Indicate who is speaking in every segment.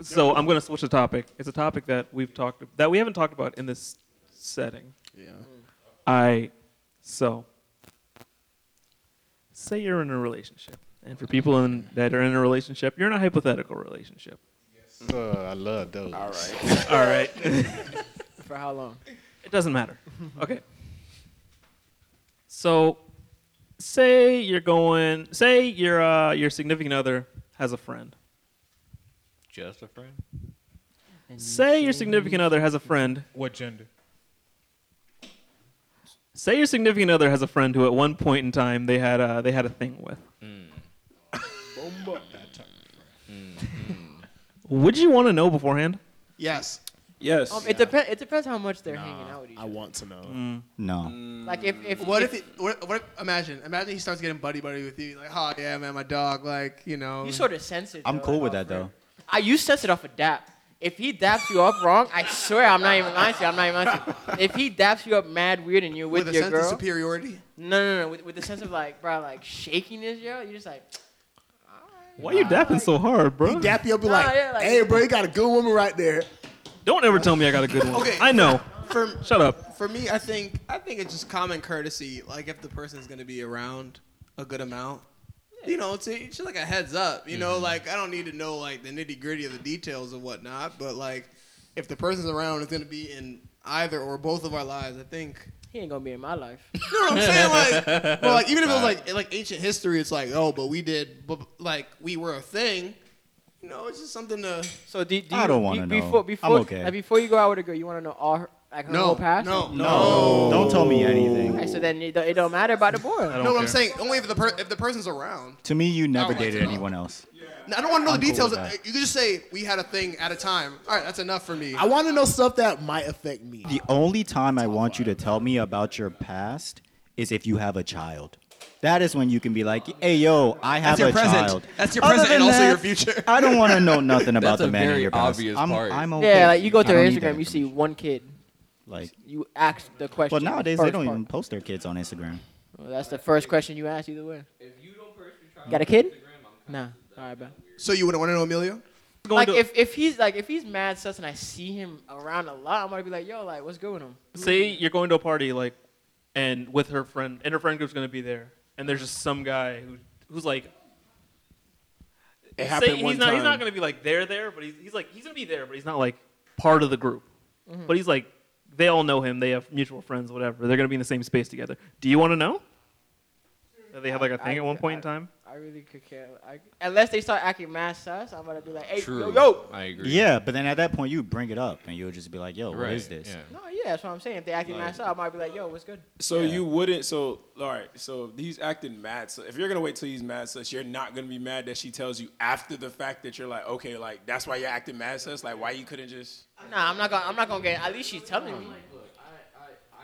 Speaker 1: So I'm going to switch the topic. It's a topic that we've talked that we haven't talked about in this setting.
Speaker 2: Yeah.
Speaker 1: I so say you're in a relationship, and for people in, that are in a relationship, you're in a hypothetical relationship.
Speaker 2: Uh, I love those.
Speaker 3: All right.
Speaker 1: All right,
Speaker 4: For how long?
Speaker 1: it doesn't matter. Okay. So say you're going. Say your uh, your significant other has a friend.
Speaker 3: Just a friend?
Speaker 1: Say your significant other has a friend
Speaker 5: What gender?
Speaker 1: Say your significant other has a friend who, at one point in time, they had a, they had a thing with.
Speaker 5: Hmm.
Speaker 1: Would you want to know beforehand?
Speaker 2: Yes.
Speaker 5: Yes.
Speaker 4: Um, it depends. It depends how much they're hanging out with each
Speaker 5: I
Speaker 4: other.
Speaker 5: want to know.
Speaker 6: No.
Speaker 4: Like if if
Speaker 2: What if, it, what, what if, imagine, imagine he starts getting buddy buddy with you, like, oh yeah, man, my dog, like, you know.
Speaker 4: you sort of sense it.
Speaker 6: I'm
Speaker 4: though,
Speaker 6: cool
Speaker 4: like,
Speaker 6: with
Speaker 4: off
Speaker 6: that though.
Speaker 4: rip. I you sense it off a dap. If he daps you up wrong, I swear I'm not even lying to you. I'm not even lying to you. If he daps you up mad weird and you're with,
Speaker 2: with a
Speaker 4: your
Speaker 2: sense
Speaker 4: girl,
Speaker 2: of superiority.
Speaker 4: no, no, no, with, with the sense of like, bro, like shakiness, yo, you're just like,
Speaker 1: Why are you dapping so hard,
Speaker 2: He
Speaker 1: bro?
Speaker 2: dap you up, be
Speaker 4: Nah,
Speaker 2: like,
Speaker 4: yeah, like-
Speaker 2: hey, bro, you got a good woman right there.
Speaker 1: Don't ever tell me I got a good one.
Speaker 2: Okay.
Speaker 1: I know.
Speaker 2: For,
Speaker 1: Shut up.
Speaker 2: for me, I think, I think it's just common courtesy. Like, if the person's gonna be around a good amount, you know, it's, it's just like a heads up. You know, like I don't need to know like the nitty gritty of the details and whatnot, but like if the person's around, it's gonna be in either or both of our lives. I think.
Speaker 4: he ain't gonna be in my life.
Speaker 2: You know what I'm saying? Like, well, like even if it was like like ancient history, it's like oh, but we did, but like we were a thing. You know, it's just something to.
Speaker 4: So do, do
Speaker 6: I
Speaker 4: you-
Speaker 6: don't
Speaker 4: be-
Speaker 6: wanna know.
Speaker 4: Before,
Speaker 6: I'm
Speaker 4: before,
Speaker 6: okay.
Speaker 4: Like, before you go out with a girl, you want to know all her, like her whole past.
Speaker 2: no, no,
Speaker 6: Don't tell me anything.
Speaker 4: Okay, so then it, don't- it don't matter about the boy.
Speaker 1: don't
Speaker 2: No, what I'm
Speaker 1: care.
Speaker 2: saying only if the per- if the person's around.
Speaker 6: To me, you never
Speaker 2: don't like
Speaker 6: dated
Speaker 2: to know.
Speaker 6: anyone else.
Speaker 2: No, I don't want to know
Speaker 6: I'm
Speaker 2: the
Speaker 6: cool
Speaker 2: details.
Speaker 6: with that.
Speaker 2: you can just say we had a thing at a time. All right, that's enough for me.
Speaker 5: I want to know stuff that might affect me.
Speaker 6: The only time I want you to tell me about your past is if you have a child. That is when you can be like, "Hey, yo, I have
Speaker 2: your
Speaker 6: a
Speaker 2: present.
Speaker 6: child."
Speaker 2: That's your
Speaker 6: Other
Speaker 2: present
Speaker 6: than
Speaker 2: and also
Speaker 6: that,
Speaker 2: your future.
Speaker 6: I don't want to know nothing about
Speaker 3: That's
Speaker 6: the
Speaker 3: a
Speaker 6: man in
Speaker 3: very
Speaker 6: your past.
Speaker 3: obvious
Speaker 6: I'm,
Speaker 3: part.
Speaker 6: I'm okay.
Speaker 4: Yeah, like you go to
Speaker 6: I
Speaker 4: her
Speaker 6: don't need that
Speaker 4: Instagram, you see
Speaker 6: information.
Speaker 4: one kid.
Speaker 6: Like,
Speaker 4: You ask the question.
Speaker 6: well, nowadays
Speaker 4: first
Speaker 6: they don't
Speaker 4: part.
Speaker 6: even post their kids on Instagram.
Speaker 4: Well, that's the first question you ask either way. If you don't got a kid? Nah. All right, bro.
Speaker 2: So you wouldn't want to know Emilio?
Speaker 1: Going
Speaker 4: Like
Speaker 1: to-
Speaker 4: if, if he's like if he's mad sus and I see him around a lot, I'm gonna be like, yo, like what's good with him?
Speaker 1: say you're going to a party like, and with her friend, and her friend group's going to be there, and there's just some guy who who's like.
Speaker 5: It
Speaker 1: say
Speaker 5: happened
Speaker 1: he's
Speaker 5: one
Speaker 1: not
Speaker 5: time.
Speaker 1: he's not going to be like there there, but he's, he's like he's going to be there, but he's not like part of the group. But he's like they all know him. They have mutual friends, whatever. They're going to be in the same space together. Do you want to know? That they had like a thing
Speaker 4: I-
Speaker 1: at one point in
Speaker 4: I-
Speaker 1: time.
Speaker 4: I really could care. I, unless they start acting mad sus, I'm gonna be like, hey, yo,
Speaker 3: True.
Speaker 4: yo.
Speaker 3: I agree.
Speaker 6: Yeah, but then at that point you bring it up and you'll just be like, "Yo,
Speaker 3: Right.
Speaker 6: what is this?"
Speaker 3: Yeah.
Speaker 4: No, yeah, that's what I'm saying. If they acting
Speaker 3: Like-
Speaker 4: mad sus, I might be like, yo, what's good?
Speaker 5: So
Speaker 6: Yeah.
Speaker 5: you wouldn't. So all right. So if he's acting mad. So if you're gonna wait till he's mad, sus, you're not gonna be mad that she tells you after the fact that you're like, okay, like that's why you're acting mad, sus. Like why you couldn't just.
Speaker 4: Nah, I'm not gonna I'm not gonna get. At least she's telling me.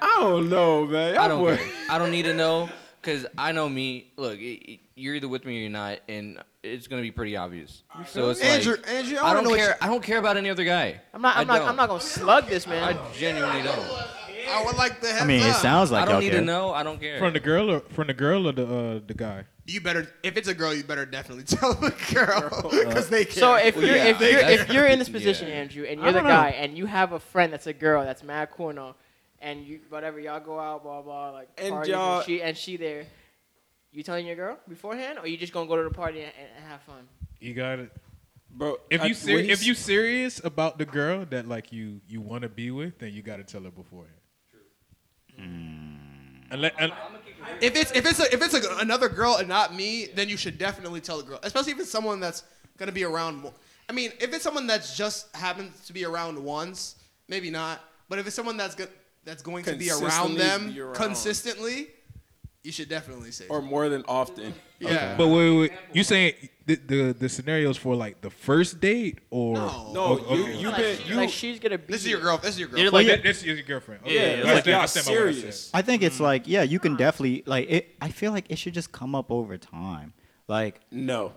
Speaker 5: I don't know, man.
Speaker 3: I don't care. I don't need to know because I know me. Look, it, it, you're either with me or you're not, and it's gonna be pretty obvious. So it's
Speaker 2: Andrew,
Speaker 3: like
Speaker 2: Andrew, I,
Speaker 3: I
Speaker 2: wanna know
Speaker 3: don't
Speaker 2: what
Speaker 3: care. I don't care about any other guy.
Speaker 4: I'm not
Speaker 3: I
Speaker 4: I'm not
Speaker 3: don't.
Speaker 4: I'm not gonna slug this man.
Speaker 3: I genuinely don't.
Speaker 2: you- I would like the heads
Speaker 6: I mean, it
Speaker 2: up.
Speaker 6: sounds like
Speaker 3: I don't
Speaker 6: y'all
Speaker 3: need
Speaker 6: care.
Speaker 3: to know. I don't care.
Speaker 5: From the girl or from the girl or the uh, the guy?
Speaker 2: You better, if it's a girl, you better definitely tell the girl because they care.
Speaker 4: So if
Speaker 3: Well,
Speaker 4: you're
Speaker 3: yeah,
Speaker 4: if you're
Speaker 3: that's-
Speaker 4: if you're in this position,
Speaker 3: yeah.
Speaker 4: Andrew, and
Speaker 1: I
Speaker 4: you're the
Speaker 1: don't know.
Speaker 4: guy, and you have a friend that's a girl that's mad cool and all, and you whatever y'all go out, blah blah, like
Speaker 5: And
Speaker 4: parties
Speaker 5: y'all-
Speaker 4: and she and she there. You telling your girl beforehand, or you just gonna go to the party and, and have fun?
Speaker 7: You got it.
Speaker 5: Bro,
Speaker 7: If
Speaker 5: I-
Speaker 7: you
Speaker 5: what
Speaker 7: ser-
Speaker 5: he's-
Speaker 7: if you serious about the girl that like you you want to be with, then you got to tell her beforehand.
Speaker 3: Hmm.
Speaker 7: Unle- un-
Speaker 2: If it's if it's a, if it's a, another girl and not me, then you should definitely tell the girl, especially if it's someone that's gonna be around. More. I mean, if it's someone that's just happens to be around once, maybe not. But if it's someone that's go, that's going to be around
Speaker 5: Consistently
Speaker 2: them
Speaker 5: be around.
Speaker 2: consistently, you should definitely say.
Speaker 5: or
Speaker 2: something.
Speaker 5: more than often.
Speaker 2: yeah.
Speaker 7: but wait, wait, wait. you saying the, the the scenarios for like the first date or
Speaker 2: No.
Speaker 5: No,
Speaker 7: Oh,
Speaker 5: you
Speaker 7: okay.
Speaker 5: you
Speaker 4: Like,
Speaker 5: been
Speaker 4: she-
Speaker 5: you.
Speaker 4: like she's gonna be.
Speaker 2: this is your girl. This is your girl.
Speaker 1: You're
Speaker 7: Well,
Speaker 1: like
Speaker 7: yeah, this is your girlfriend. Okay.
Speaker 5: yeah,
Speaker 1: Yeah,
Speaker 5: like
Speaker 7: I understand
Speaker 5: y'all
Speaker 7: what I said.
Speaker 5: serious.
Speaker 6: I think it's like, yeah, you can definitely like it. I feel like it should just come up over time. Like,
Speaker 5: No.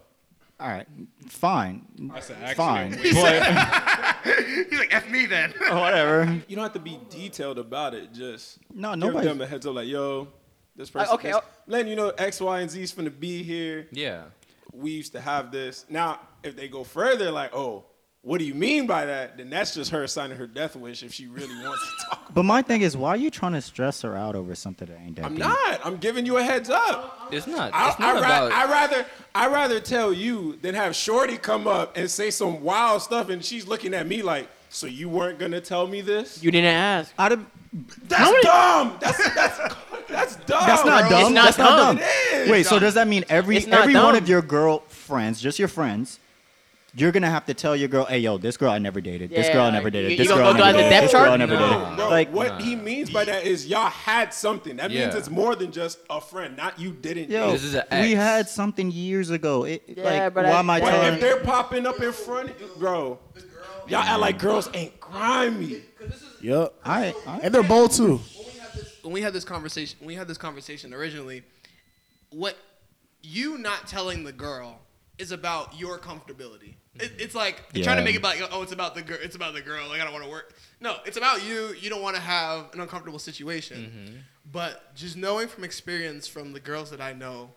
Speaker 6: all right, fine,
Speaker 7: I said, actually,
Speaker 6: fine,
Speaker 7: wait, but-
Speaker 2: He's like f me then.
Speaker 6: whatever.
Speaker 5: You don't have to be detailed about it. Just
Speaker 6: No,
Speaker 5: give
Speaker 6: nobody-
Speaker 5: them a heads up, like yo, this person.
Speaker 4: okay,
Speaker 5: this-
Speaker 4: I'll-
Speaker 5: letting you know X, Y, and Z's finna be here.
Speaker 3: yeah.
Speaker 5: we used to have this. Now, if they go further, like, oh, what do you mean by that? Then that's just her signing her death wish if she really wants to talk.
Speaker 6: But my thing is, why are you trying to stress her out over something that ain't that
Speaker 5: I'm
Speaker 6: deep?
Speaker 5: not. I'm giving you a heads up.
Speaker 3: It's not.
Speaker 5: I,
Speaker 3: It's
Speaker 5: I,
Speaker 3: not
Speaker 5: ra-
Speaker 3: about.
Speaker 5: I rather I rather tell you than have Shorty come up and say some wild stuff, and she's looking at me like, "So you weren't gonna tell me this?
Speaker 4: You didn't ask.
Speaker 6: I'd have-
Speaker 5: That's dumb. That's that's that's dumb.
Speaker 6: that's not
Speaker 5: bro.
Speaker 6: dumb.
Speaker 4: not
Speaker 6: that's not
Speaker 4: dumb.
Speaker 6: dumb. Wait, so does that mean every
Speaker 4: It's not
Speaker 6: every one
Speaker 4: dumb.
Speaker 6: of your girlfriends, just your friends, you're gonna have to tell your girl, hey yo, this girl I never dated, this girl I
Speaker 4: Yeah,
Speaker 6: never dated,
Speaker 4: you-
Speaker 6: this
Speaker 4: you
Speaker 6: girl
Speaker 4: gonna
Speaker 6: I
Speaker 4: go down the
Speaker 6: never dated,
Speaker 4: depth
Speaker 6: this girl I
Speaker 4: chart?
Speaker 6: never
Speaker 4: No,
Speaker 6: dated.
Speaker 5: Bro,
Speaker 6: Like,
Speaker 5: what he means by that is y'all had something. That means
Speaker 3: Yeah.
Speaker 5: it's more than just a friend, not you didn't.
Speaker 6: yo,
Speaker 3: This is an
Speaker 6: we
Speaker 3: ex.
Speaker 6: had something years ago. It,
Speaker 4: Yeah,
Speaker 6: like,
Speaker 4: but
Speaker 6: why
Speaker 4: I-
Speaker 6: am I
Speaker 4: Why-
Speaker 5: Why,
Speaker 6: telling?
Speaker 5: if they're popping up in front of you, bro, y'all act like girls ain't grimy.
Speaker 8: Yep.
Speaker 6: I, I,
Speaker 8: And they're bold
Speaker 2: when
Speaker 8: too.
Speaker 2: we had this, when we had this conversation, when we had this conversation originally, what you not telling the girl is about your comfortability.
Speaker 3: Mm-hmm.
Speaker 2: It, it's like they're trying to
Speaker 6: Yeah.
Speaker 2: make it about oh, it's about the girl, it's about the girl. Like I don't want to work. No, it's about you. You don't want to have an uncomfortable situation.
Speaker 3: Mm-hmm.
Speaker 2: But just knowing from experience from the girls that I know,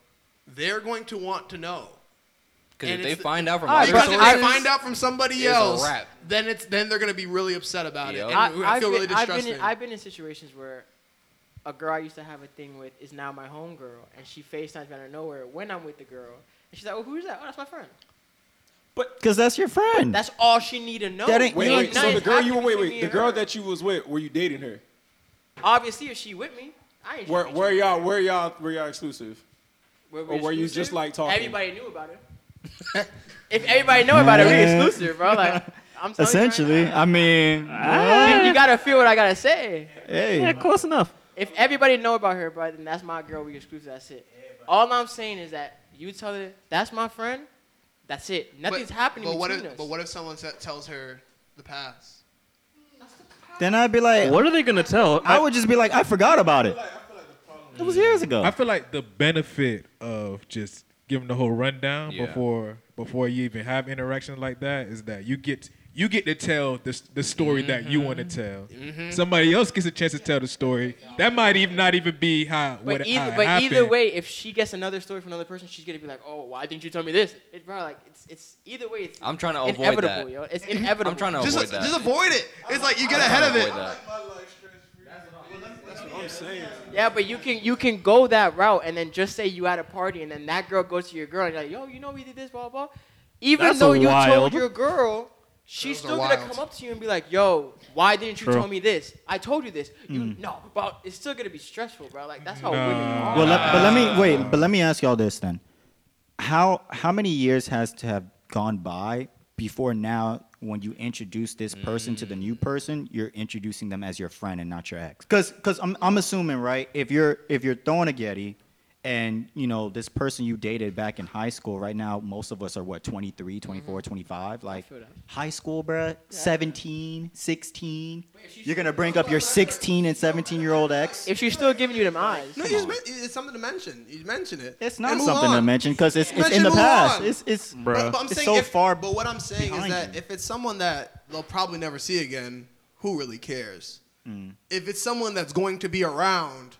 Speaker 2: they're going to want to know.
Speaker 3: Because
Speaker 2: and
Speaker 3: if they
Speaker 2: it's the-
Speaker 3: find out from
Speaker 4: Alright,
Speaker 3: other
Speaker 2: Because if
Speaker 3: sources,
Speaker 2: they find out from somebody
Speaker 3: it's a
Speaker 2: else,
Speaker 3: wrap.
Speaker 2: then it's then they're gonna be really upset about
Speaker 3: Yep.
Speaker 2: it.
Speaker 4: I,
Speaker 2: And I,
Speaker 4: I've
Speaker 2: feel really
Speaker 4: been, I've been
Speaker 2: distrusting.
Speaker 4: in, I've been in situations where a girl I used to have a thing with is now my homegirl, and she FaceTimes me out of nowhere when I'm with the girl. And she's like, oh, who's that? Oh, that's my friend.
Speaker 6: because that's your friend.
Speaker 4: That's all she need to know.
Speaker 6: That ain't-
Speaker 5: Wait,
Speaker 6: Yeah,
Speaker 5: wait.
Speaker 6: now
Speaker 5: So the girl you were
Speaker 4: with
Speaker 5: wait, wait. The girl that you was with, were you dating her?
Speaker 4: Obviously, if she with me, I ain't
Speaker 5: Where
Speaker 4: tryna be
Speaker 5: where
Speaker 4: cheated.
Speaker 5: y'all where y'all where y'all exclusive?
Speaker 4: Where we
Speaker 5: or were you
Speaker 4: exclusive,
Speaker 5: just, like, talking?
Speaker 4: Everybody knew about it. if everybody know about it, we
Speaker 6: Yeah.
Speaker 4: exclusive, bro. Like, I'm telling
Speaker 6: Essentially,
Speaker 4: You, right
Speaker 6: I mean,
Speaker 4: now. You- you gotta feel what I gotta say.
Speaker 1: Yeah,
Speaker 6: hey,
Speaker 1: close enough.
Speaker 4: If everybody know about her, bro, then that's my girl. We exclusive. That's it. All I'm saying is that you tell her that's my friend. That's it. Nothing's happening
Speaker 2: But what
Speaker 4: between
Speaker 2: if
Speaker 4: us.
Speaker 2: but what if someone sa- tells her the past?
Speaker 6: then I'd be like,
Speaker 1: What are they gonna tell?
Speaker 6: I would just be like, I forgot about it. It was years
Speaker 7: I
Speaker 6: ago.
Speaker 7: feel like the benefit of just giving the whole rundown
Speaker 3: Yeah.
Speaker 7: before before you even have interaction like that is that you get you get to tell the, s- the story that you want to
Speaker 4: Mm-hmm.
Speaker 7: tell. Somebody else gets a chance to tell the story. That might even not even be how
Speaker 4: but
Speaker 7: what it- how
Speaker 4: either,
Speaker 7: it
Speaker 4: but either
Speaker 7: happened.
Speaker 4: way, if she gets another story from another person, she's gonna be like, "Oh, why didn't you tell me this?" It's bro, like it's it's either way. It's
Speaker 3: I'm trying to avoid
Speaker 4: inevitable,
Speaker 3: that.
Speaker 4: yo. It's inevitable.
Speaker 3: I'm trying to
Speaker 2: Just,
Speaker 3: avoid that.
Speaker 2: just avoid it. It's like you get
Speaker 3: I'm
Speaker 2: ahead of
Speaker 3: trying to
Speaker 2: it.
Speaker 3: avoid that.
Speaker 4: Yeah, but you can you can go that route and then just say you at a party and then that girl goes to your girl and you're like, yo, you know we did this, blah blah. blah." Even
Speaker 1: That's
Speaker 4: though
Speaker 1: a
Speaker 4: you told
Speaker 1: wild-
Speaker 4: your girl, she's
Speaker 2: Girls
Speaker 4: still
Speaker 2: are
Speaker 4: gonna
Speaker 2: wild.
Speaker 4: come up to you and be like, yo, why didn't you
Speaker 1: True.
Speaker 4: tell me this? I told you this. You no, but it's still gonna be stressful, bro. Like that's how women are.
Speaker 6: Well, let, but let me wait. But let me ask y'all this then: how how many years has to have gone by before now, when you introduce this person to the new
Speaker 4: Mm.
Speaker 6: person, you're introducing them as your friend and not your ex? Because because I'm I'm assuming right if you're if you're throwing a Getty. And you know this person you dated back in high school. Right now, most of us are what 23, 24, 25. Like
Speaker 4: Mm-hmm. feel that.
Speaker 6: high school, bruh, 17, 16. You're gonna bring up your 16 and 17 year old ex.
Speaker 4: If she's still giving you them eyes.
Speaker 2: No, you just men- it's something to mention. You mention it.
Speaker 6: It's not
Speaker 2: And move
Speaker 6: something to
Speaker 2: on.
Speaker 6: mention because it's, it's
Speaker 2: Mention
Speaker 6: in the
Speaker 2: move
Speaker 6: past.
Speaker 2: on.
Speaker 6: It's it's
Speaker 2: But, but I'm
Speaker 6: it's
Speaker 2: saying
Speaker 6: so
Speaker 2: if,
Speaker 6: far.
Speaker 2: But what I'm saying is
Speaker 6: behind
Speaker 2: that
Speaker 6: you.
Speaker 2: if it's someone that they'll probably never see again, who really cares?
Speaker 6: Mm.
Speaker 2: If it's someone that's going to be around,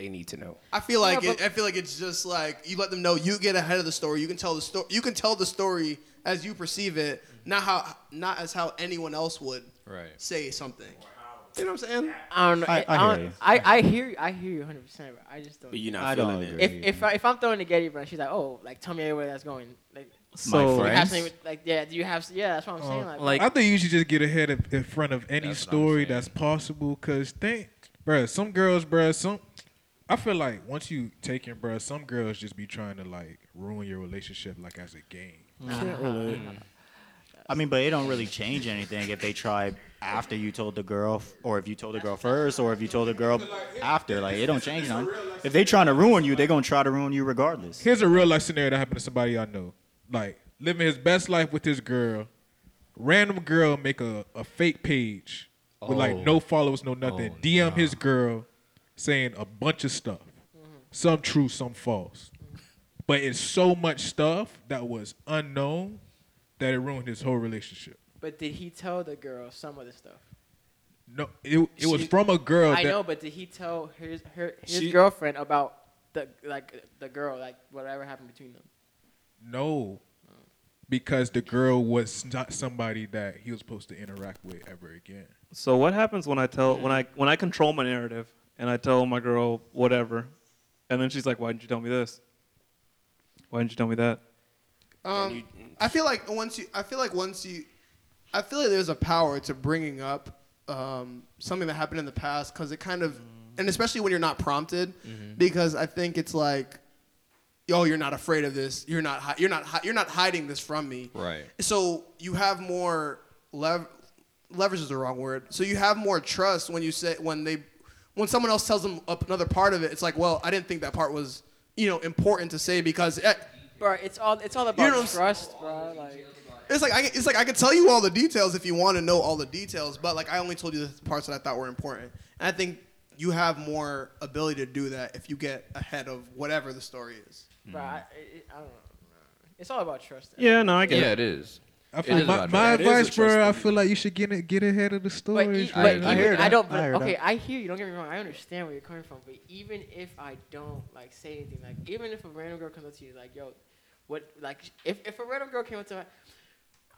Speaker 5: They need to know.
Speaker 2: I feel like
Speaker 4: Yeah,
Speaker 2: it, I feel like it's just like you let them know you get ahead of the story. You can tell the story. You can tell the story as you perceive it, not how not as how anyone else would
Speaker 3: Right.
Speaker 2: say something. You know what I'm saying?
Speaker 4: I don't know.
Speaker 6: I-
Speaker 4: I,
Speaker 6: I
Speaker 4: I,
Speaker 6: hear
Speaker 4: don't-
Speaker 6: you.
Speaker 4: I, I hear you. I hear you 100. percent But I just don't.
Speaker 5: But you're not
Speaker 6: I
Speaker 5: feeling
Speaker 6: don't
Speaker 5: it.
Speaker 6: agree.
Speaker 4: If if I, if I'm throwing a Getty, bro, she's like, oh, like tell me where that's going. Like,
Speaker 1: So
Speaker 4: do you
Speaker 6: friend.
Speaker 4: have
Speaker 6: Friends?
Speaker 4: something with- like yeah, do you have yeah? That's what I'm saying. Like,
Speaker 1: like
Speaker 7: I think you should just get ahead of, in front of any
Speaker 3: That's what I'm
Speaker 7: story
Speaker 3: saying.
Speaker 7: that's possible. Cause think, bruh, some girls, bruh, some. I feel like once you take in, bruh, some girls just be trying to like ruin your relationship like as a game.
Speaker 6: I mean, but it don't really change anything if they try after you told the girl, f- or if you told the girl first, or if you told the girl after. Like it don't change nothing. If they trying to ruin you, they gonna try to ruin you regardless.
Speaker 7: Here's a real life scenario that happened to somebody I know. Like living his best life with his girl. Random girl make a, a fake page with like
Speaker 3: Oh.
Speaker 7: no followers, no nothing.
Speaker 3: Oh,
Speaker 7: DM his girl saying a bunch of stuff. Some true, some false. But it's so much stuff that was unknown that it ruined his whole relationship.
Speaker 4: but did he tell the girl some of the stuff?
Speaker 7: No, it, it was
Speaker 5: She-
Speaker 7: from a girl
Speaker 4: I
Speaker 7: that
Speaker 4: know, but did he tell his her his
Speaker 5: She-
Speaker 4: girlfriend about the like the girl like whatever happened between them?
Speaker 7: no. because the girl was not somebody that he was supposed to interact with ever again.
Speaker 1: So what happens when I tell when I when I control my narrative and I tell my girl whatever, and then she's like, "Why didn't you tell me this? Why didn't you tell me that?"
Speaker 2: Um, I feel like once you, I feel like once you, I feel like there's a power to bringing up um, something that happened in the past because it kind of, and especially when you're not prompted, because I think it's like, oh, you're not afraid of this. You're not, hi- you're not, hi- you're not hiding this from me.
Speaker 3: Right.
Speaker 2: So you have more lev- leverage is the wrong word. So you have more trust when you say when they when someone else tells them up another part of it. It's like, well, I didn't think that part was you know important to say because. eh,
Speaker 4: bro. It's all it's all about
Speaker 2: know-
Speaker 4: trust, bro. Like
Speaker 2: it's like I, it's like I could tell you all the details if you want to know all the details, but like I only told you the parts that I thought were important. And I think you have more ability to do that if you get ahead of whatever the story is.
Speaker 4: bro, I, it, I don't know. It's all about trust.
Speaker 1: Yeah, no, I get
Speaker 3: Yeah,
Speaker 1: it.
Speaker 3: it is.
Speaker 7: I
Speaker 3: It
Speaker 7: feel
Speaker 3: is
Speaker 7: my,
Speaker 3: about
Speaker 7: my
Speaker 5: trust. It is a
Speaker 7: advice, bro. I
Speaker 5: trust
Speaker 7: feel like you should get it, get ahead of the
Speaker 4: But, e-
Speaker 7: stories.
Speaker 4: but
Speaker 3: I-
Speaker 4: even,
Speaker 3: I
Speaker 4: I,
Speaker 3: hear
Speaker 6: that.
Speaker 4: don't. But,
Speaker 6: I hear
Speaker 4: okay,
Speaker 6: that.
Speaker 4: I hear you. Don't get me wrong. I understand where you're coming from. But even if I don't like say anything, like even if a random girl comes up to you, like yo, what? Like if if a random girl came up to me,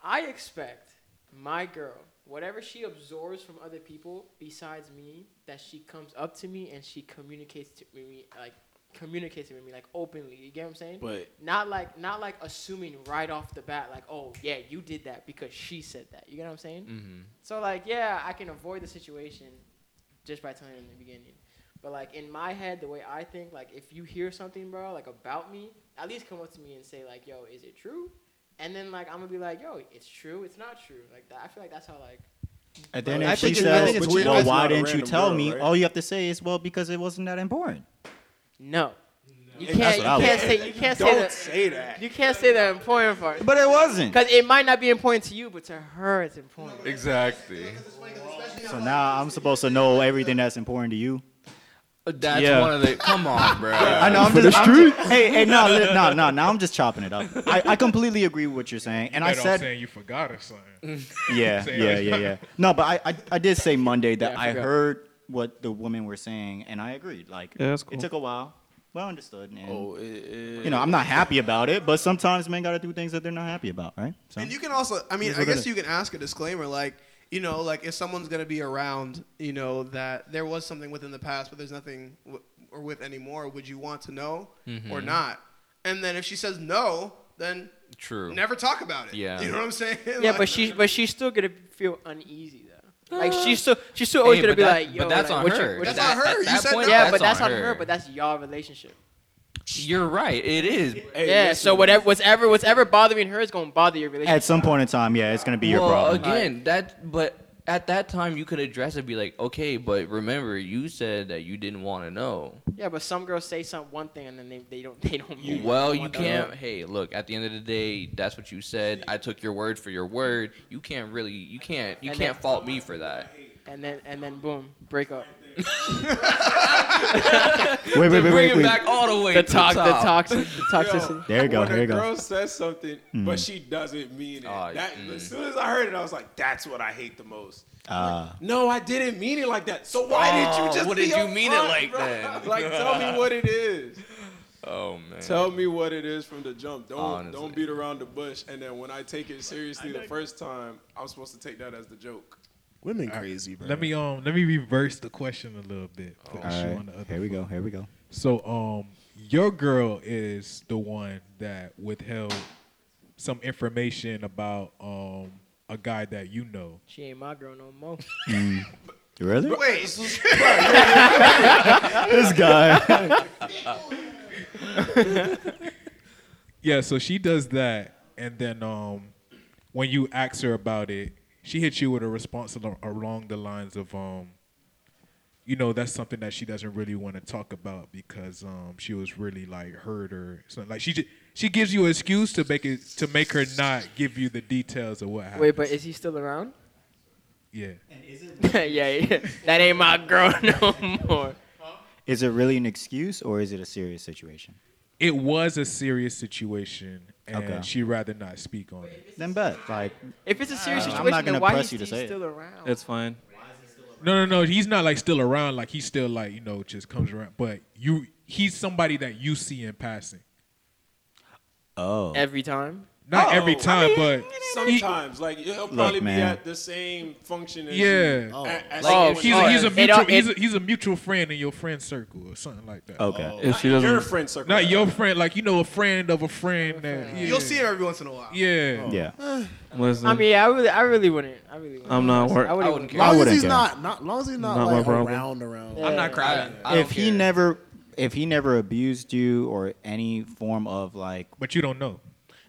Speaker 4: I expect my girl, whatever she absorbs from other people besides me, that she comes up to me and she communicates to me, like communicates with me, like openly. You get what I'm saying?
Speaker 5: But
Speaker 4: not like not like assuming right off the bat like oh yeah you did that because she said that you get what i'm saying
Speaker 3: Mhm.
Speaker 4: so like yeah i can avoid the situation just by telling them in the beginning but like in my head the way i think like if you hear something bro like about me at least come up to me and say like yo is it true and then like i'm gonna be like yo it's true it's not true like that, i feel like that's how like
Speaker 6: And then
Speaker 2: I
Speaker 6: if she
Speaker 2: think it's- I
Speaker 6: says,
Speaker 2: think it's weird.
Speaker 6: "Well,
Speaker 5: That's
Speaker 6: why
Speaker 5: not a
Speaker 6: didn't you
Speaker 5: random
Speaker 6: tell
Speaker 5: girl,
Speaker 6: me?"
Speaker 5: right?
Speaker 6: All you have to say is, "Well, because it wasn't that important."
Speaker 4: no you
Speaker 6: That's
Speaker 4: can't
Speaker 6: what
Speaker 4: you
Speaker 6: I would
Speaker 4: can't say you can't say
Speaker 5: don't
Speaker 4: that
Speaker 5: say that.
Speaker 4: you can't say that important part
Speaker 6: But it wasn't.
Speaker 4: because it might not be important to you but to her it's important
Speaker 3: Exactly.
Speaker 6: So now I'm supposed to know everything that's important to you.
Speaker 3: That's
Speaker 1: Yeah.
Speaker 3: one of the. Come on, bro.
Speaker 6: I know. I'm just, I'm just- hey, hey, no, li- no, no, no. I'm just chopping it up. I, I completely agree with what you're saying, and I
Speaker 7: Bet I'm
Speaker 6: said,
Speaker 7: saying you forgot or something.
Speaker 6: yeah,
Speaker 7: saying
Speaker 6: yeah,
Speaker 7: that.
Speaker 6: yeah, yeah. No, but I, I, I did say Monday that
Speaker 4: Yeah, I
Speaker 6: I,
Speaker 4: forgot.
Speaker 6: heard what the women were saying, and I agreed. Like,
Speaker 1: Yeah, that's cool.
Speaker 6: it took a while, but I understood. And,
Speaker 5: Oh, it, it,
Speaker 6: you know, I'm not happy about it, but sometimes men gotta do things that they're not happy about, right? So,
Speaker 2: And you can also, I mean,
Speaker 6: Here's
Speaker 2: I
Speaker 6: what it
Speaker 2: guess
Speaker 6: is.
Speaker 2: you can ask a disclaimer, like, you know, like if someone's gonna be around, you know, that there was something within the past, but there's nothing w- or with anymore. Would you want to know or not? And then if she says no, then
Speaker 3: True.
Speaker 2: never talk about it.
Speaker 3: Yeah.
Speaker 2: you know what I'm saying?
Speaker 4: Yeah,
Speaker 2: Like-
Speaker 4: but she's but she's still gonna feel uneasy though. Like she's still she's still always
Speaker 3: Hey,
Speaker 4: gonna
Speaker 3: but
Speaker 4: be
Speaker 3: that-
Speaker 4: like, yo,
Speaker 3: but that's
Speaker 4: like,
Speaker 3: on
Speaker 4: what you-
Speaker 3: her.
Speaker 4: what you-
Speaker 2: That's on her.
Speaker 3: At
Speaker 2: You
Speaker 3: that
Speaker 2: said
Speaker 3: point,
Speaker 2: no.
Speaker 4: yeah,
Speaker 2: that's
Speaker 4: but that's on her. But that's y'all relationship.
Speaker 3: You're right. It is.
Speaker 5: Hey,
Speaker 4: yeah.
Speaker 5: listen,
Speaker 4: So whatever whatever whatever bothering her is gonna bother your relationship.
Speaker 6: at some point in time, yeah, it's gonna be your
Speaker 3: well,
Speaker 6: problem.
Speaker 3: again, that but at that time you could address it, be like, okay, but remember you said that you didn't want to know.
Speaker 4: Yeah, but some girls say some one thing and then they, they don't they don't. mean it.
Speaker 3: well, you
Speaker 4: What the-
Speaker 3: can't. Hey, look. At the end of the day, that's what you said. I took your word for your word. You can't really. You can't. You
Speaker 4: And
Speaker 3: can't
Speaker 4: then-
Speaker 3: fault me for that.
Speaker 4: And then and then boom, break up.
Speaker 6: Wait, wait, wait,
Speaker 3: Bring
Speaker 6: wait,
Speaker 3: it
Speaker 6: wait.
Speaker 3: back all the way
Speaker 4: The
Speaker 3: to
Speaker 4: talk, the
Speaker 3: top.
Speaker 4: toxic, the
Speaker 5: Yo,
Speaker 4: toxicity.
Speaker 6: There you go,
Speaker 5: When
Speaker 6: there
Speaker 5: a
Speaker 6: you go. Mm.
Speaker 5: girl says something, but she doesn't mean it.
Speaker 3: Oh,
Speaker 5: that,
Speaker 3: mm.
Speaker 5: As soon as I heard it, I was like, "That's what I hate the most."
Speaker 6: Ah.
Speaker 5: No, I didn't mean it like that. So why did
Speaker 3: Oh,
Speaker 5: you just?
Speaker 3: what did
Speaker 5: be
Speaker 3: you
Speaker 5: upfront,
Speaker 3: mean it like
Speaker 5: bro?
Speaker 3: then?
Speaker 5: like, tell me what it is.
Speaker 3: Oh man.
Speaker 5: Tell me what it is from the jump. Don't
Speaker 3: Honestly.
Speaker 5: don't beat around the bush. And then when I take it seriously the first time, I'm supposed to take that as the joke.
Speaker 8: Women crazy, bro.
Speaker 7: let me um, let me reverse the question a little bit. Put the shoe
Speaker 6: All
Speaker 7: on the
Speaker 6: right,
Speaker 7: other
Speaker 6: here we
Speaker 7: foot.
Speaker 6: go, here we go.
Speaker 7: So, um, your girl is the one that withheld some information about um a guy that you know.
Speaker 4: She ain't my girl no more.
Speaker 6: Mm. Really?
Speaker 2: wait,
Speaker 6: this guy.
Speaker 7: Yeah, so she does that, and then um, when you ask her about it, she hits you with a response al- along the lines of um, you know, that's something that she doesn't really want to talk about because um, she was really like hurt or something. Like she ju- she gives you an excuse to make it to make her not give you the details of what happened.
Speaker 4: Wait, but is he still around?
Speaker 7: yeah,
Speaker 4: yeah, yeah. That ain't my girl no more.
Speaker 6: Is it really an excuse or is it a serious situation?
Speaker 7: it was a serious situation, and
Speaker 6: Okay.
Speaker 7: she'd rather not speak on it.
Speaker 6: Then bet, like,
Speaker 4: If it's a serious
Speaker 6: Uh, I'm
Speaker 4: situation,
Speaker 6: not
Speaker 4: then
Speaker 6: gonna
Speaker 4: why
Speaker 6: press
Speaker 4: he's
Speaker 6: you to
Speaker 4: he's
Speaker 6: say it.
Speaker 4: still around?
Speaker 1: It's fine.
Speaker 7: No, no, no. He's not like still around. Like he's still like you know just comes around. But you, he's somebody that you see in passing.
Speaker 6: oh,
Speaker 4: every time.
Speaker 7: Not
Speaker 5: Oh.
Speaker 7: every
Speaker 5: I
Speaker 7: time, but
Speaker 5: Sometimes, like it'll probably be
Speaker 6: man.
Speaker 5: at the same function. As
Speaker 7: Yeah.
Speaker 5: you, at, at
Speaker 3: Like,
Speaker 5: some
Speaker 3: if
Speaker 5: point.
Speaker 7: he's,
Speaker 3: Oh,
Speaker 7: he's a
Speaker 3: it all-
Speaker 7: mutual he's,
Speaker 3: it- Oh.
Speaker 7: a, he's a mutual friend in your friend circle or something like that.
Speaker 6: Okay.
Speaker 3: If she
Speaker 5: Not your
Speaker 3: doesn't-
Speaker 5: friend circle.
Speaker 7: Not your friend, like you know, a friend of a friend. That, yeah.
Speaker 2: You'll see him every once in a while.
Speaker 7: Yeah.
Speaker 3: Oh.
Speaker 6: Yeah.
Speaker 1: Listen,
Speaker 4: I mean, I really, I really wouldn't. I really wouldn't.
Speaker 1: I'm not wor-
Speaker 4: I
Speaker 3: I
Speaker 4: wouldn't.
Speaker 3: wouldn't care.
Speaker 6: I
Speaker 8: Long as
Speaker 6: wouldn't
Speaker 8: he's
Speaker 6: care.
Speaker 8: not, not long as he's not,
Speaker 1: Not my
Speaker 8: like
Speaker 1: problem.
Speaker 8: around around.
Speaker 4: Yeah.
Speaker 3: I'm not crying. I don't
Speaker 6: If he
Speaker 3: care.
Speaker 6: never, if he never abused you or any form of like,
Speaker 7: But you don't know.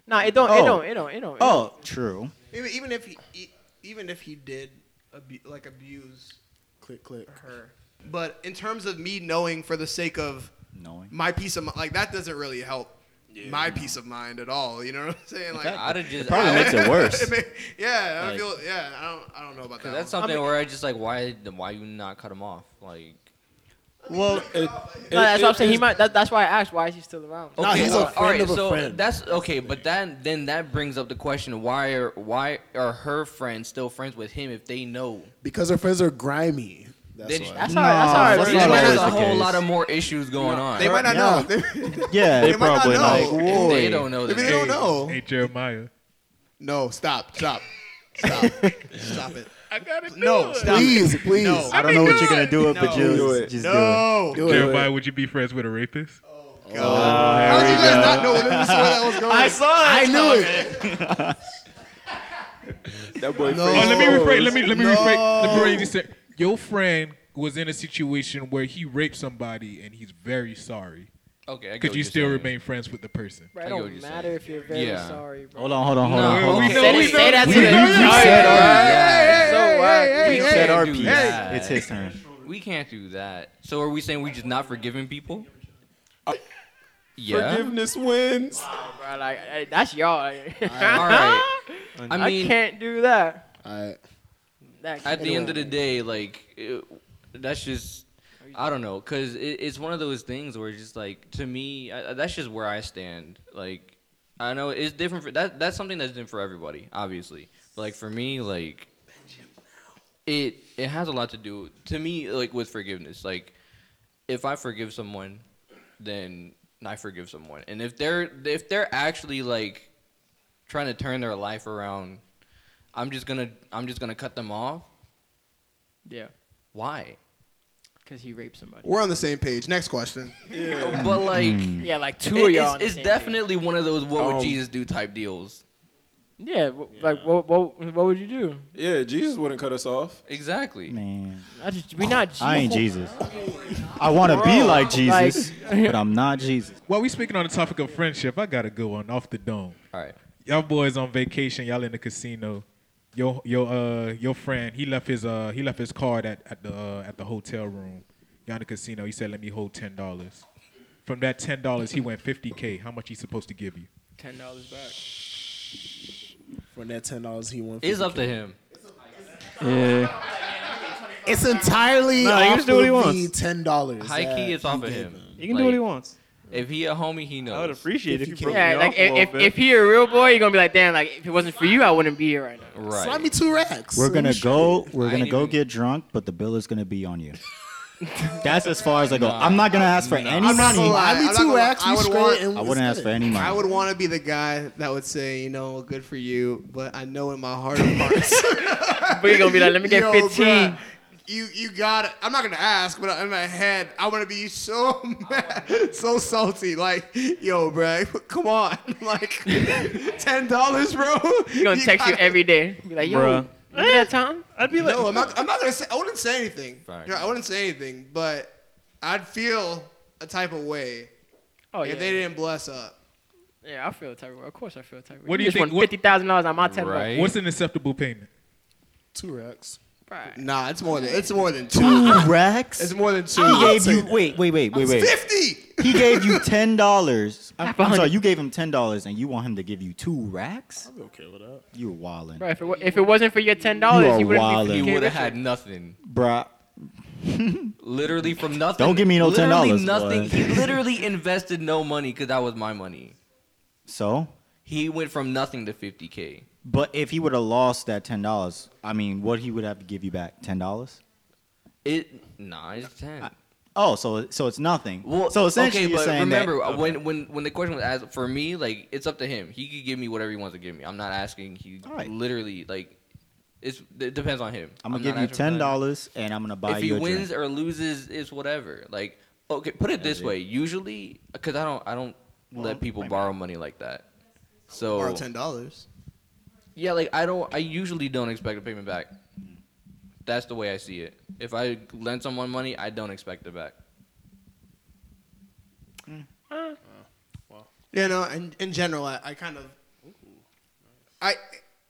Speaker 4: Nah, it don't. It
Speaker 6: Oh.
Speaker 4: don't. It don't. It don't.
Speaker 6: oh, true.
Speaker 2: Even, even if he, e- even if he did, abu- like abuse
Speaker 8: Click, click.
Speaker 2: her. But in terms of me knowing for the sake of
Speaker 6: Knowing.
Speaker 2: my peace of mind, like that doesn't really help my peace of mind at all. You know what I'm saying? Like,
Speaker 3: I'd have just.
Speaker 6: Probably
Speaker 3: I-
Speaker 6: makes it worse.
Speaker 2: It may- yeah, I
Speaker 3: Like-
Speaker 2: feel. Yeah, I don't. I don't know about that.
Speaker 3: Cause that's
Speaker 2: one.
Speaker 3: something where I just like, why, why you not cut him off? Like,
Speaker 6: Well,
Speaker 5: It-
Speaker 4: no, that's
Speaker 5: it-
Speaker 4: what I'm saying. He
Speaker 5: it's-
Speaker 4: might. That, that's why I asked. Why is he still around?
Speaker 8: No, he's a
Speaker 3: well,
Speaker 8: friend of a
Speaker 3: so
Speaker 8: friend.
Speaker 3: That's okay, but that then that brings up the question: Why are why are her friends still friends with him if they know?
Speaker 8: Because her friends are grimy. That's
Speaker 3: Then-
Speaker 8: why.
Speaker 4: That's how. That's how. I read
Speaker 6: No, that's
Speaker 4: it.
Speaker 6: not
Speaker 3: there's
Speaker 6: always
Speaker 3: a
Speaker 6: the
Speaker 3: whole
Speaker 6: case.
Speaker 3: lot of more issues going on.
Speaker 2: They might not
Speaker 8: Yeah.
Speaker 2: know. They,
Speaker 6: yeah.
Speaker 2: they might not
Speaker 1: probably
Speaker 2: know.
Speaker 6: like, whoa.
Speaker 3: they don't know.
Speaker 2: Maybe
Speaker 3: This.
Speaker 2: they don't know.
Speaker 7: Hey Jeremiah.
Speaker 2: No, stop, stop, stop, stop it.
Speaker 7: I gotta
Speaker 2: No, stop
Speaker 8: Please,
Speaker 2: it.
Speaker 8: please.
Speaker 2: No.
Speaker 6: I don't know what you're gonna do it, but
Speaker 2: No.
Speaker 6: just,
Speaker 5: Do it.
Speaker 6: just
Speaker 2: No.
Speaker 8: Do it.
Speaker 7: Jeremiah, would you be friends with a rapist?
Speaker 2: How did you guys not know? This is where that was going.
Speaker 1: I saw it.
Speaker 8: I knew it.
Speaker 5: That boy.
Speaker 8: No.
Speaker 7: Oh, let me
Speaker 8: Oh,
Speaker 7: rephrase. Let me let me
Speaker 8: no.
Speaker 7: rephrase. Let me rephrase. this. Your friend was in a situation where he raped somebody and he's very sorry.
Speaker 3: Okay, I get
Speaker 7: Could
Speaker 3: what
Speaker 7: you
Speaker 3: you're
Speaker 7: still
Speaker 3: saying.
Speaker 7: remain friends with the person?
Speaker 4: Bro,
Speaker 3: I
Speaker 4: it
Speaker 3: get what
Speaker 4: don't
Speaker 3: you're
Speaker 4: matter
Speaker 3: saying.
Speaker 4: if you're very
Speaker 3: Yeah.
Speaker 4: sorry, bro.
Speaker 6: Hold on, hold on, hold on.
Speaker 3: No,
Speaker 7: We
Speaker 3: okay.
Speaker 7: know-
Speaker 4: Say,
Speaker 7: we
Speaker 4: that- say
Speaker 7: know-
Speaker 4: that to
Speaker 7: we know-
Speaker 4: them.
Speaker 7: we
Speaker 4: Sorry,
Speaker 6: said
Speaker 4: bro.
Speaker 6: our-
Speaker 4: That's so whack.
Speaker 6: We said our
Speaker 3: do
Speaker 6: piece.
Speaker 3: that.
Speaker 6: It's his turn.
Speaker 3: We can't do that. So are we saying we just not forgiving people? Yeah.
Speaker 5: Forgiveness wins.
Speaker 4: Bro, like hey, that's y'all.
Speaker 3: All right. I
Speaker 4: I
Speaker 3: mean,
Speaker 4: can't do that.
Speaker 8: I,
Speaker 4: That
Speaker 3: at the
Speaker 4: can't
Speaker 3: end of
Speaker 4: do
Speaker 3: the day, like it, that's just I don't know, cause it, it's one of those things where it's just like to me, I, I- that's just where I stand. Like I know it's different for that. That's something that's different for everybody, obviously. But, like for me, like it it has a lot to do to me, like with forgiveness. Like if I forgive someone, then I forgive someone, and if they're if they're actually like trying to turn their life around I'm just gonna I'm just gonna cut them off.
Speaker 4: yeah,
Speaker 3: Why?
Speaker 4: because he raped somebody.
Speaker 2: We're on the same page. Next question.
Speaker 3: but like
Speaker 6: Hmm.
Speaker 4: Yeah, like two
Speaker 3: it-
Speaker 4: of y'all. on
Speaker 3: it's,
Speaker 4: the
Speaker 3: it's
Speaker 4: same
Speaker 3: definitely one of those
Speaker 6: Oh.
Speaker 3: what would
Speaker 5: Um,
Speaker 3: Jesus do type deals.
Speaker 4: team. Yeah, w- like what, what? What would you do?
Speaker 5: Yeah, Jesus wouldn't cut us off.
Speaker 3: Exactly.
Speaker 6: Man,
Speaker 4: I just we not.
Speaker 6: I ain't Jesus. I want to be like Jesus, but I'm not Jesus.
Speaker 7: While we speaking on the topic of friendship, I got a good one off the dome.
Speaker 3: All right.
Speaker 7: Y'all boys on vacation. Y'all in the casino. Your your uh your friend he left his uh he left his card at at the uh, at the hotel room. Y'all in the casino. He said, "Let me hold ten dollars." From that ten dollars, he went fifty k. How much he supposed to give you?
Speaker 4: Ten dollars back.
Speaker 8: for that ten dollars he won.
Speaker 3: It's up to him.
Speaker 1: Yeah.
Speaker 8: It's entirely
Speaker 1: No, he
Speaker 8: off
Speaker 1: can do what he
Speaker 8: of the
Speaker 1: wants.
Speaker 8: ten dollars.
Speaker 3: High key, it's off of him.
Speaker 1: He can do what he wants.
Speaker 3: If he a homie, he knows.
Speaker 1: I would appreciate it if
Speaker 8: If
Speaker 1: you
Speaker 8: you
Speaker 1: broke
Speaker 4: Yeah,
Speaker 1: me
Speaker 4: like
Speaker 1: off a
Speaker 4: if,
Speaker 1: little
Speaker 4: if,
Speaker 1: bit.
Speaker 4: if he a real boy, you're gonna be like, damn, like if it wasn't for you, I wouldn't be here right now.
Speaker 3: Right.
Speaker 8: Slide me two racks.
Speaker 6: We're gonna go.
Speaker 3: I
Speaker 6: We're gonna
Speaker 3: ain't
Speaker 6: go
Speaker 3: even-
Speaker 6: get drunk, but the bill is gonna be on you. That's as far as I go. I'm not gonna ask for any
Speaker 2: I'm not
Speaker 6: money.
Speaker 2: gonna lie.
Speaker 8: Slide
Speaker 2: I'm
Speaker 8: me
Speaker 2: not
Speaker 8: two
Speaker 2: gonna-
Speaker 8: racks.
Speaker 2: I
Speaker 8: we
Speaker 2: would
Speaker 8: straight,
Speaker 2: want-
Speaker 8: and
Speaker 6: I
Speaker 8: we
Speaker 6: wouldn't ask
Speaker 8: good.
Speaker 6: for any money.
Speaker 2: I would want to be the guy that would say, you know, good for you, but I know in my heart of hearts.
Speaker 4: But you're gonna be like, let me get
Speaker 2: Yo,
Speaker 4: 15.
Speaker 2: bruh, You you got it. I'm not gonna ask, but in my head, I want to be so mad, so salty. Like, yo, bro, come on, like, ten dollars, bro.
Speaker 4: He's gonna text you
Speaker 2: got-
Speaker 4: every day. Be like, yo,
Speaker 1: Bruh.
Speaker 4: remember that time?
Speaker 1: I'd be like,
Speaker 2: No, I'm not. I'm not gonna say. I wouldn't say anything.
Speaker 3: Facts.
Speaker 2: No, I wouldn't say anything, but I'd feel a type of way
Speaker 4: Oh yeah.
Speaker 2: if they didn't bless up.
Speaker 4: Yeah, I feel the type of way. Of course, I feel the type of way.
Speaker 7: What do you
Speaker 4: just
Speaker 7: think-
Speaker 4: won
Speaker 7: what-
Speaker 4: Fifty thousand dollars on my type
Speaker 3: Right.
Speaker 7: What's an acceptable payment?
Speaker 8: two racks.
Speaker 4: Right.
Speaker 2: Nah, it's more than. It's more than two.
Speaker 6: Two racks.
Speaker 2: It's more than two.
Speaker 6: He gave you wait, wait, wait, wait, wait.
Speaker 2: fifty.
Speaker 6: He gave you ten dollars. I'm,
Speaker 4: Five
Speaker 6: I'm sorry,
Speaker 4: hundred.
Speaker 6: you gave him ten dollars, and you want him to give you two racks?
Speaker 8: I'm okay with that.
Speaker 6: You're wildin',
Speaker 4: Bro, if it, wa- if it wasn't for your ten
Speaker 6: You
Speaker 4: dollars,
Speaker 6: are
Speaker 4: you wouldn't
Speaker 6: wildin'.
Speaker 4: be
Speaker 3: He
Speaker 4: freaking
Speaker 3: would have
Speaker 4: rich.
Speaker 3: had nothing.
Speaker 6: bruh.
Speaker 3: Literally from nothing.
Speaker 6: Don't give me no
Speaker 3: Literally
Speaker 6: $10, boy.
Speaker 3: Nothing. He literally invested no money because that was my money.
Speaker 6: So,
Speaker 3: He went from nothing to 50k.
Speaker 6: but if he would have lost that ten dollars, I mean, what he would have to give you back? Ten dollars?
Speaker 3: It nah, it's ten.
Speaker 6: Oh, so so it's nothing.
Speaker 3: Well,
Speaker 6: so essentially,
Speaker 3: okay,
Speaker 6: you're
Speaker 3: but
Speaker 6: saying
Speaker 3: remember uh,
Speaker 6: that,
Speaker 3: when when when the question was asked for me, like it's up to him. He could give me whatever he wants to give me. I'm not asking. He
Speaker 6: All right.
Speaker 3: literally like it's it depends on him.
Speaker 6: I'm gonna
Speaker 3: not
Speaker 6: give you
Speaker 3: asking for nothing.
Speaker 6: ten dollars and I'm gonna buy
Speaker 3: If he
Speaker 6: you a
Speaker 3: wins
Speaker 6: drink.
Speaker 3: or loses, it's whatever. Like okay, put it this way. Usually, because I don't I don't let people borrow money like that. So
Speaker 2: Borrow ten dollars.
Speaker 3: yeah, like I don't. I usually don't expect a payment back. That's the way I see it. If I lend someone money, I don't expect it back.
Speaker 2: You know, in, in general, I, I kind of, I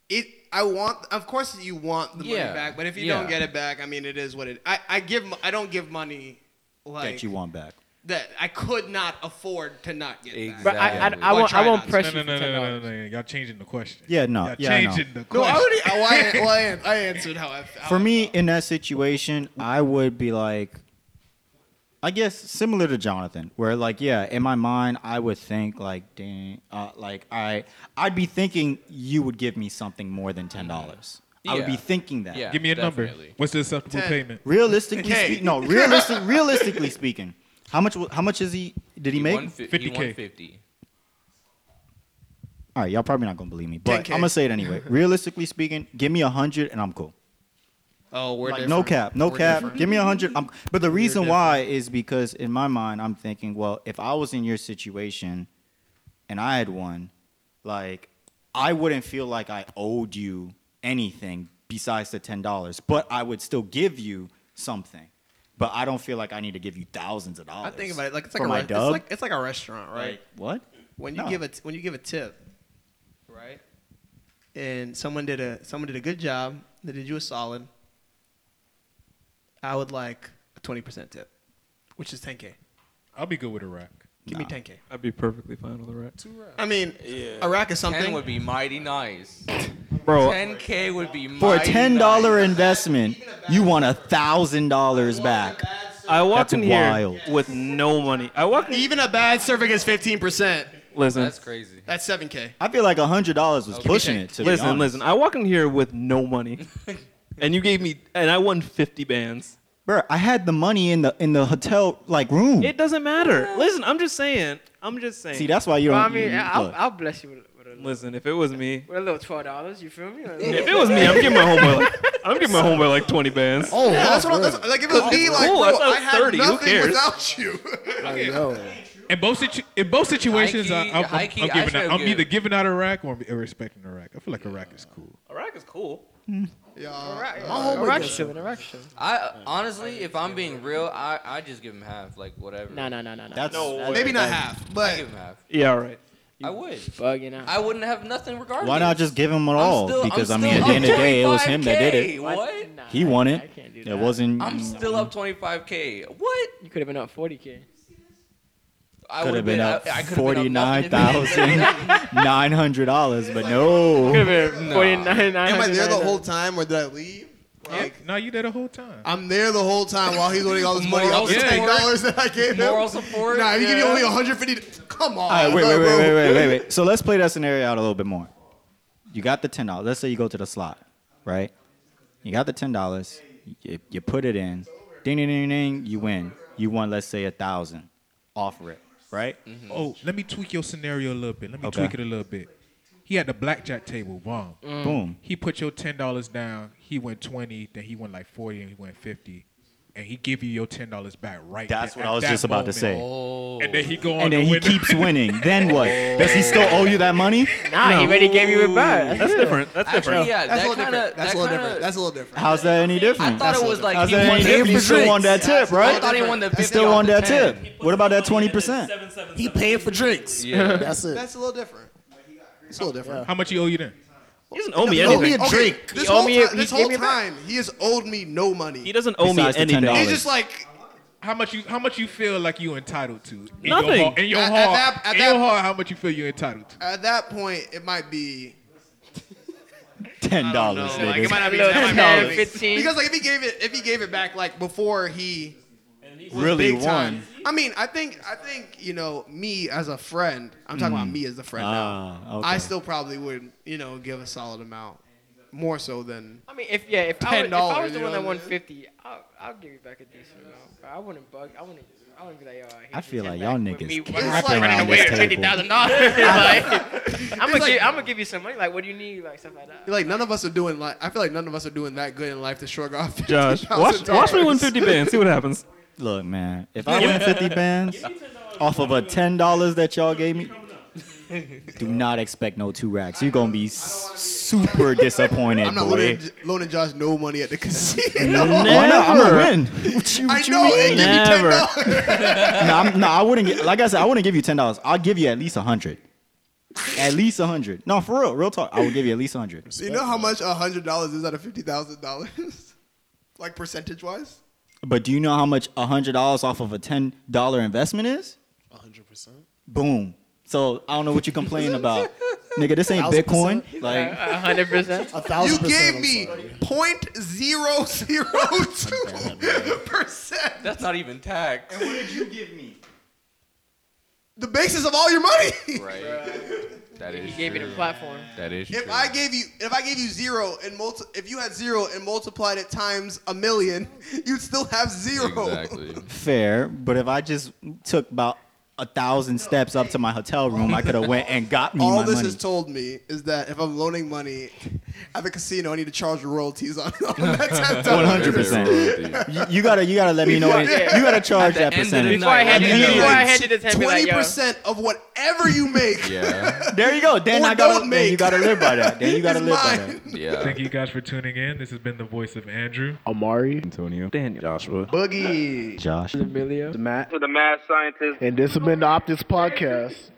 Speaker 2: it I want. Of course, you want the
Speaker 3: Yeah.
Speaker 2: money back, but if you
Speaker 3: Yeah.
Speaker 2: don't get it back, I mean, it is what it. I I give. mo- I don't give money like
Speaker 6: that you want back.
Speaker 2: that I could not afford to not get
Speaker 3: Exactly.
Speaker 2: back.
Speaker 4: But I, I, I,
Speaker 2: Or
Speaker 4: won't,
Speaker 2: try
Speaker 4: I won't
Speaker 2: not to.
Speaker 7: No,
Speaker 4: press
Speaker 7: no,
Speaker 4: you
Speaker 7: no, no,
Speaker 4: for ten
Speaker 7: no,
Speaker 4: dollars.
Speaker 7: no, no. Y'all changing the question.
Speaker 6: Yeah, no,
Speaker 7: Y'all
Speaker 6: yeah, I know.
Speaker 7: changing the
Speaker 2: No, I
Speaker 7: question.
Speaker 2: already. Oh, I, well, I, an- I answered how I. How
Speaker 6: For me, in that situation, I would be like, I guess similar to Jonathan, where like, yeah, in my mind, I would think like, dang, uh, like I, I'd be thinking you would give me something more than ten dollars. I would be
Speaker 3: Yeah.
Speaker 6: thinking that.
Speaker 3: Yeah.
Speaker 7: Give me a number.
Speaker 3: Definitely.
Speaker 7: What's the acceptable
Speaker 2: Ten.
Speaker 7: payment?
Speaker 6: Realistically,
Speaker 2: Hey.
Speaker 6: spe- no, realistic, realistically speaking, how much? wa- How much is he? Did he, make?
Speaker 3: won fi-
Speaker 7: 50K.
Speaker 3: He won fifty.
Speaker 6: All right, y'all probably not gonna believe me, but
Speaker 2: 10K.
Speaker 6: I'm gonna say it anyway. Realistically speaking, give me a hundred and I'm cool.
Speaker 2: Oh, we're
Speaker 6: Like, no cap, no
Speaker 2: We're
Speaker 6: cap.
Speaker 2: different.
Speaker 6: Give me a hundred. I'm- But the reason why is because in my mind, I'm thinking, well, if I was in your situation, and I had one, like I wouldn't feel like I owed you anything besides the ten dollars, but I would still give you something. But I don't feel like I need to give you thousands of
Speaker 2: I
Speaker 6: dollars.
Speaker 2: think about it like it's like
Speaker 6: for
Speaker 2: a
Speaker 6: my
Speaker 2: re- it's
Speaker 6: dub.
Speaker 2: like it's like a restaurant, right?
Speaker 6: Like, what?
Speaker 2: when you
Speaker 6: No.
Speaker 2: give a t- when you give a tip, right? And someone did a someone did a good job. They did you a solid. I would like a twenty percent tip, which is ten k.
Speaker 7: I'll be good with a rack.
Speaker 2: Give me ten k.
Speaker 1: I'd be perfectly fine with the rack.
Speaker 2: I mean,
Speaker 5: Yeah.
Speaker 2: a rack is
Speaker 3: Ten
Speaker 2: something.
Speaker 3: would be mighty nice.
Speaker 6: bro?
Speaker 3: Ten k would be mighty
Speaker 6: For a ten dollar
Speaker 3: nice.
Speaker 6: investment, you want a thousand dollars back.
Speaker 1: I walk
Speaker 6: That's
Speaker 1: in here
Speaker 6: wild.
Speaker 1: with no money. I walk in.
Speaker 2: Even a bad serving is fifteen percent.
Speaker 1: Listen,
Speaker 3: That's crazy.
Speaker 2: That's seven k.
Speaker 6: I feel like a hundred dollars was
Speaker 3: Okay.
Speaker 6: pushing it. To be
Speaker 1: listen,
Speaker 6: honest.
Speaker 1: listen. I walk in here with no money, and you gave me, and I won 50 bands.
Speaker 6: Bro, I had the money in the in the hotel like room.
Speaker 1: It doesn't matter. Listen, I'm just saying. I'm just saying.
Speaker 6: See, that's why you
Speaker 4: But
Speaker 6: don't.
Speaker 4: I mean,
Speaker 6: you-
Speaker 4: I'll,
Speaker 6: look.
Speaker 4: I'll bless you with, with, a, little,
Speaker 1: Listen, if it was me,
Speaker 4: with a little twelve dollars. You feel me? Like,
Speaker 1: if it was me, I'm giving my homeboy. Like, I'm giving my homeboy like 20 bands.
Speaker 8: Oh,
Speaker 2: Yeah, that's
Speaker 8: wow,
Speaker 2: what. I-
Speaker 8: bro.
Speaker 2: That's, like if it was me, like
Speaker 1: cool,
Speaker 2: bro,
Speaker 1: that's not
Speaker 2: Oh, I had
Speaker 1: 30, who
Speaker 2: nothing
Speaker 1: cares?
Speaker 2: without you.
Speaker 8: Like, yo.
Speaker 7: In both situ- in both situations, I,
Speaker 3: High-key-
Speaker 7: I'm, I'm, I'm
Speaker 3: high-key, I
Speaker 7: giving.
Speaker 3: should've
Speaker 7: Out, I'm
Speaker 3: given-
Speaker 7: either giving out a rack or I'm respecting a rack. I feel like a rack is cool.
Speaker 1: A rack is cool.
Speaker 8: My
Speaker 4: a
Speaker 8: homeboy
Speaker 4: rock
Speaker 8: gets
Speaker 4: show, a rock show.
Speaker 3: I honestly, if I'm being real, I I just give him half, like whatever.
Speaker 4: No, no, no, no, no.
Speaker 6: that's
Speaker 1: No
Speaker 6: that's-
Speaker 2: Maybe not half,
Speaker 3: I
Speaker 2: but
Speaker 3: give him half.
Speaker 1: Yeah, all right.
Speaker 3: I would.
Speaker 4: Bugging out.
Speaker 3: I wouldn't have nothing regardless.
Speaker 6: Why not just give him it all?
Speaker 3: I'm still-
Speaker 6: because I
Speaker 3: I'm
Speaker 6: mean, at
Speaker 3: still
Speaker 6: the end of the
Speaker 3: up
Speaker 6: day, it was him that did
Speaker 3: 25K.
Speaker 6: it.
Speaker 3: What?
Speaker 4: Nah,
Speaker 6: He
Speaker 4: I-
Speaker 6: won
Speaker 4: I
Speaker 6: it.
Speaker 4: can't do
Speaker 6: It
Speaker 4: that.
Speaker 6: wasn't.
Speaker 3: I'm still up 25k. What?
Speaker 4: You could have been up forty k.
Speaker 3: I
Speaker 6: Could have
Speaker 3: would've
Speaker 6: been
Speaker 3: I-
Speaker 6: up
Speaker 3: I could've
Speaker 6: forty
Speaker 3: been up
Speaker 6: nine
Speaker 3: nothing if it didn't-
Speaker 6: thousand nine hundred dollars, but
Speaker 4: Could
Speaker 6: no.
Speaker 4: have been forty nine nine.
Speaker 2: am I there the whole time or did I leave? Like,
Speaker 7: No, Oh, you there the whole time.
Speaker 2: I'm there the whole time while he's loading all this money off the
Speaker 3: Moral
Speaker 2: ten dollars that I gave him.
Speaker 3: Moral support,
Speaker 2: Nah, you give me
Speaker 3: yeah.
Speaker 2: only 150. Come on.
Speaker 6: All right, wait,
Speaker 2: bro.
Speaker 6: wait, wait, wait, wait, wait, wait. So let's play that scenario out a little bit more. You got the ten dollars. Let's say you go to the slot, right? You got the ten dollars. You, you put it in. Ding, ding, ding, ding. You win. You won. Let's say a thousand off rip, right?
Speaker 3: Mm-hmm.
Speaker 2: Mm-hmm.
Speaker 7: Oh, let me tweak your scenario a little bit. Let me
Speaker 6: Okay.
Speaker 7: tweak it a little bit. He had the blackjack table, bomb.
Speaker 2: Mm.
Speaker 6: Boom.
Speaker 7: He put your ten dollars down. He went twenty, then he went like forty, and he went fifty, and he give you your ten dollars back right.
Speaker 6: That's
Speaker 7: there
Speaker 6: what I
Speaker 7: at
Speaker 6: was
Speaker 7: that
Speaker 6: just about to
Speaker 7: moment.
Speaker 6: say. Oh.
Speaker 7: And then he go on
Speaker 6: and then
Speaker 7: to
Speaker 6: he
Speaker 7: win the-
Speaker 6: keeps winning. Then what?
Speaker 3: Oh.
Speaker 6: Does he still owe you that money?
Speaker 4: Nah, he already gave you it back.
Speaker 1: That's different. That's
Speaker 3: Actually,
Speaker 1: different.
Speaker 3: yeah,
Speaker 2: That's a
Speaker 3: that
Speaker 2: little
Speaker 3: kind
Speaker 2: different.
Speaker 3: of
Speaker 2: That's a little different. That's a little different.
Speaker 6: How's that any
Speaker 3: I
Speaker 6: different?
Speaker 3: thought it was like
Speaker 6: How's
Speaker 3: he
Speaker 6: that
Speaker 3: won
Speaker 6: any different? You still
Speaker 3: 50%.
Speaker 6: on that tip,
Speaker 3: I thought
Speaker 6: right?
Speaker 3: he won the 50
Speaker 6: You still
Speaker 3: off
Speaker 6: on
Speaker 3: the
Speaker 6: that
Speaker 3: 10.
Speaker 6: tip. What about that twenty percent?
Speaker 8: He paid for drinks.
Speaker 3: Yeah.
Speaker 8: That's it.
Speaker 2: That's a little different. It's a little different.
Speaker 7: How much you owe you then?
Speaker 1: He doesn't owe me
Speaker 8: He owed me
Speaker 1: anything.
Speaker 8: a drink.
Speaker 2: This
Speaker 4: He owe
Speaker 2: whole,
Speaker 4: me-
Speaker 2: time,
Speaker 4: he
Speaker 2: this
Speaker 4: gave
Speaker 2: whole
Speaker 4: me back.
Speaker 2: time, he has owed me no money.
Speaker 1: He doesn't owe me
Speaker 6: Besides the
Speaker 1: anything.
Speaker 6: $10.
Speaker 2: He's just like,
Speaker 7: How much you? How much you feel like you entitled to? In
Speaker 1: Nothing.
Speaker 7: Your heart, in your
Speaker 2: At-
Speaker 7: heart,
Speaker 2: at that- at
Speaker 7: in
Speaker 2: that-
Speaker 7: your heart, how much you feel you're entitled to?
Speaker 2: at that point, it might be.
Speaker 6: Ten dollars,
Speaker 2: No, like, it might
Speaker 6: nigga.
Speaker 2: not be
Speaker 4: Little
Speaker 2: that might not
Speaker 4: 10,
Speaker 2: be-
Speaker 4: 15.
Speaker 2: Because like if he gave it, if he gave it back like before he
Speaker 6: Really
Speaker 2: big time.
Speaker 6: won.
Speaker 2: I mean, I think, I think you know, me as a
Speaker 6: Mm.
Speaker 2: friend. I'm talking about me as a friend now.
Speaker 6: Ah, okay.
Speaker 2: I still probably would, you know, give a solid amount. more so than
Speaker 4: I mean, if yeah, if I was, if I
Speaker 2: $10,
Speaker 4: was the
Speaker 2: you
Speaker 4: one that
Speaker 2: know what
Speaker 4: won
Speaker 2: I'm saying?
Speaker 4: fifty, I'll, I'll give you back a decent amount. But I wouldn't bug. I wouldn't. I wouldn't be like, yo, I, hate
Speaker 6: I
Speaker 4: you
Speaker 6: feel
Speaker 4: 10
Speaker 6: like
Speaker 4: back
Speaker 6: y'all
Speaker 4: with
Speaker 6: niggas
Speaker 4: me
Speaker 6: cap
Speaker 4: running
Speaker 6: around
Speaker 4: running away
Speaker 6: this
Speaker 4: with
Speaker 6: table.
Speaker 4: fifty thousand dollars. like, I'm gonna give, I'm gonna give you some money. Like, what do you need? Like stuff like that.
Speaker 2: like none of us are doing like I feel like none of us are doing that good in life to shrug off.
Speaker 1: Josh, watch, watch me win 50 bands. See what happens.
Speaker 6: Look, man, if I win 50 bands off of a $10 that y'all gave me, do not expect no two racks. You're going to be super disappointed,
Speaker 2: I'm not
Speaker 6: boy.
Speaker 2: loaning, loaning Josh no money at the casino.
Speaker 6: Oh, no, I'm
Speaker 1: Never.
Speaker 6: going to win. What you,
Speaker 2: I
Speaker 6: what you
Speaker 2: know
Speaker 6: mean?
Speaker 2: they give me ten
Speaker 1: Never.
Speaker 2: dollars.
Speaker 6: no, I'm, no, I wouldn't. Get, like I said, I wouldn't give you ten dollars. I'll give you at least a hundred. At least a hundred. No, for real, real talk. I will give you at least a hundred.
Speaker 2: You know how much hundred dollars is out of fifty thousand dollars, like percentage wise.
Speaker 6: But do you know how much a hundred dollars off of a ten dollar investment is?
Speaker 8: hundred percent.
Speaker 6: Boom. So I don't know what you're complaining about, nigga. This ain't
Speaker 8: Thousand
Speaker 6: Bitcoin.
Speaker 8: percent.
Speaker 6: Like
Speaker 4: A hundred percent.
Speaker 8: A
Speaker 2: You
Speaker 8: thousand percent.
Speaker 2: gave
Speaker 8: I'm
Speaker 2: me
Speaker 8: sorry.
Speaker 2: point zero zero two percent.
Speaker 3: That's not even tax.
Speaker 2: The basis of all your money.
Speaker 3: Right. That
Speaker 4: He
Speaker 3: is.
Speaker 4: gave me the
Speaker 3: true.
Speaker 4: platform.
Speaker 3: That is.
Speaker 2: If
Speaker 3: true.
Speaker 2: I gave you, if I gave you zero and multi, if you had zero and multiplied it times a million, you'd still have zero.
Speaker 3: Exactly.
Speaker 6: fair, but if I just took about a thousand steps up to my hotel room, I could have went and got me
Speaker 2: All
Speaker 6: my
Speaker 2: this
Speaker 6: money.
Speaker 2: has told me is that if I'm loaning money at the casino, I need to charge royalties on, on that ten
Speaker 6: One
Speaker 2: dollars.
Speaker 6: hundred percent. You gotta, you gotta let me know. when- You gotta charge that
Speaker 3: At the end
Speaker 6: percentage.
Speaker 3: of the
Speaker 4: Before I
Speaker 3: Nah,
Speaker 4: had you,
Speaker 3: you know
Speaker 4: before
Speaker 3: it.
Speaker 4: I had you the ten, be like,
Speaker 2: Twenty
Speaker 4: yo,
Speaker 2: percent of whatever you make.
Speaker 3: Yeah.
Speaker 6: There you go. Then
Speaker 2: Or
Speaker 6: I gotta,
Speaker 2: don't
Speaker 6: then you
Speaker 2: make.
Speaker 6: gotta live by that. Then you gotta
Speaker 2: is
Speaker 6: live by
Speaker 2: mine.
Speaker 6: that.
Speaker 3: Yeah.
Speaker 7: Thank you guys for tuning in. This has been the voice of Andrew.
Speaker 8: Amari,
Speaker 9: Antonio,
Speaker 1: Daniel.
Speaker 9: Joshua.
Speaker 8: Boogie,
Speaker 6: Josh.
Speaker 8: the Matt,
Speaker 10: the mad scientist.
Speaker 8: and this has been the Optus Podcast.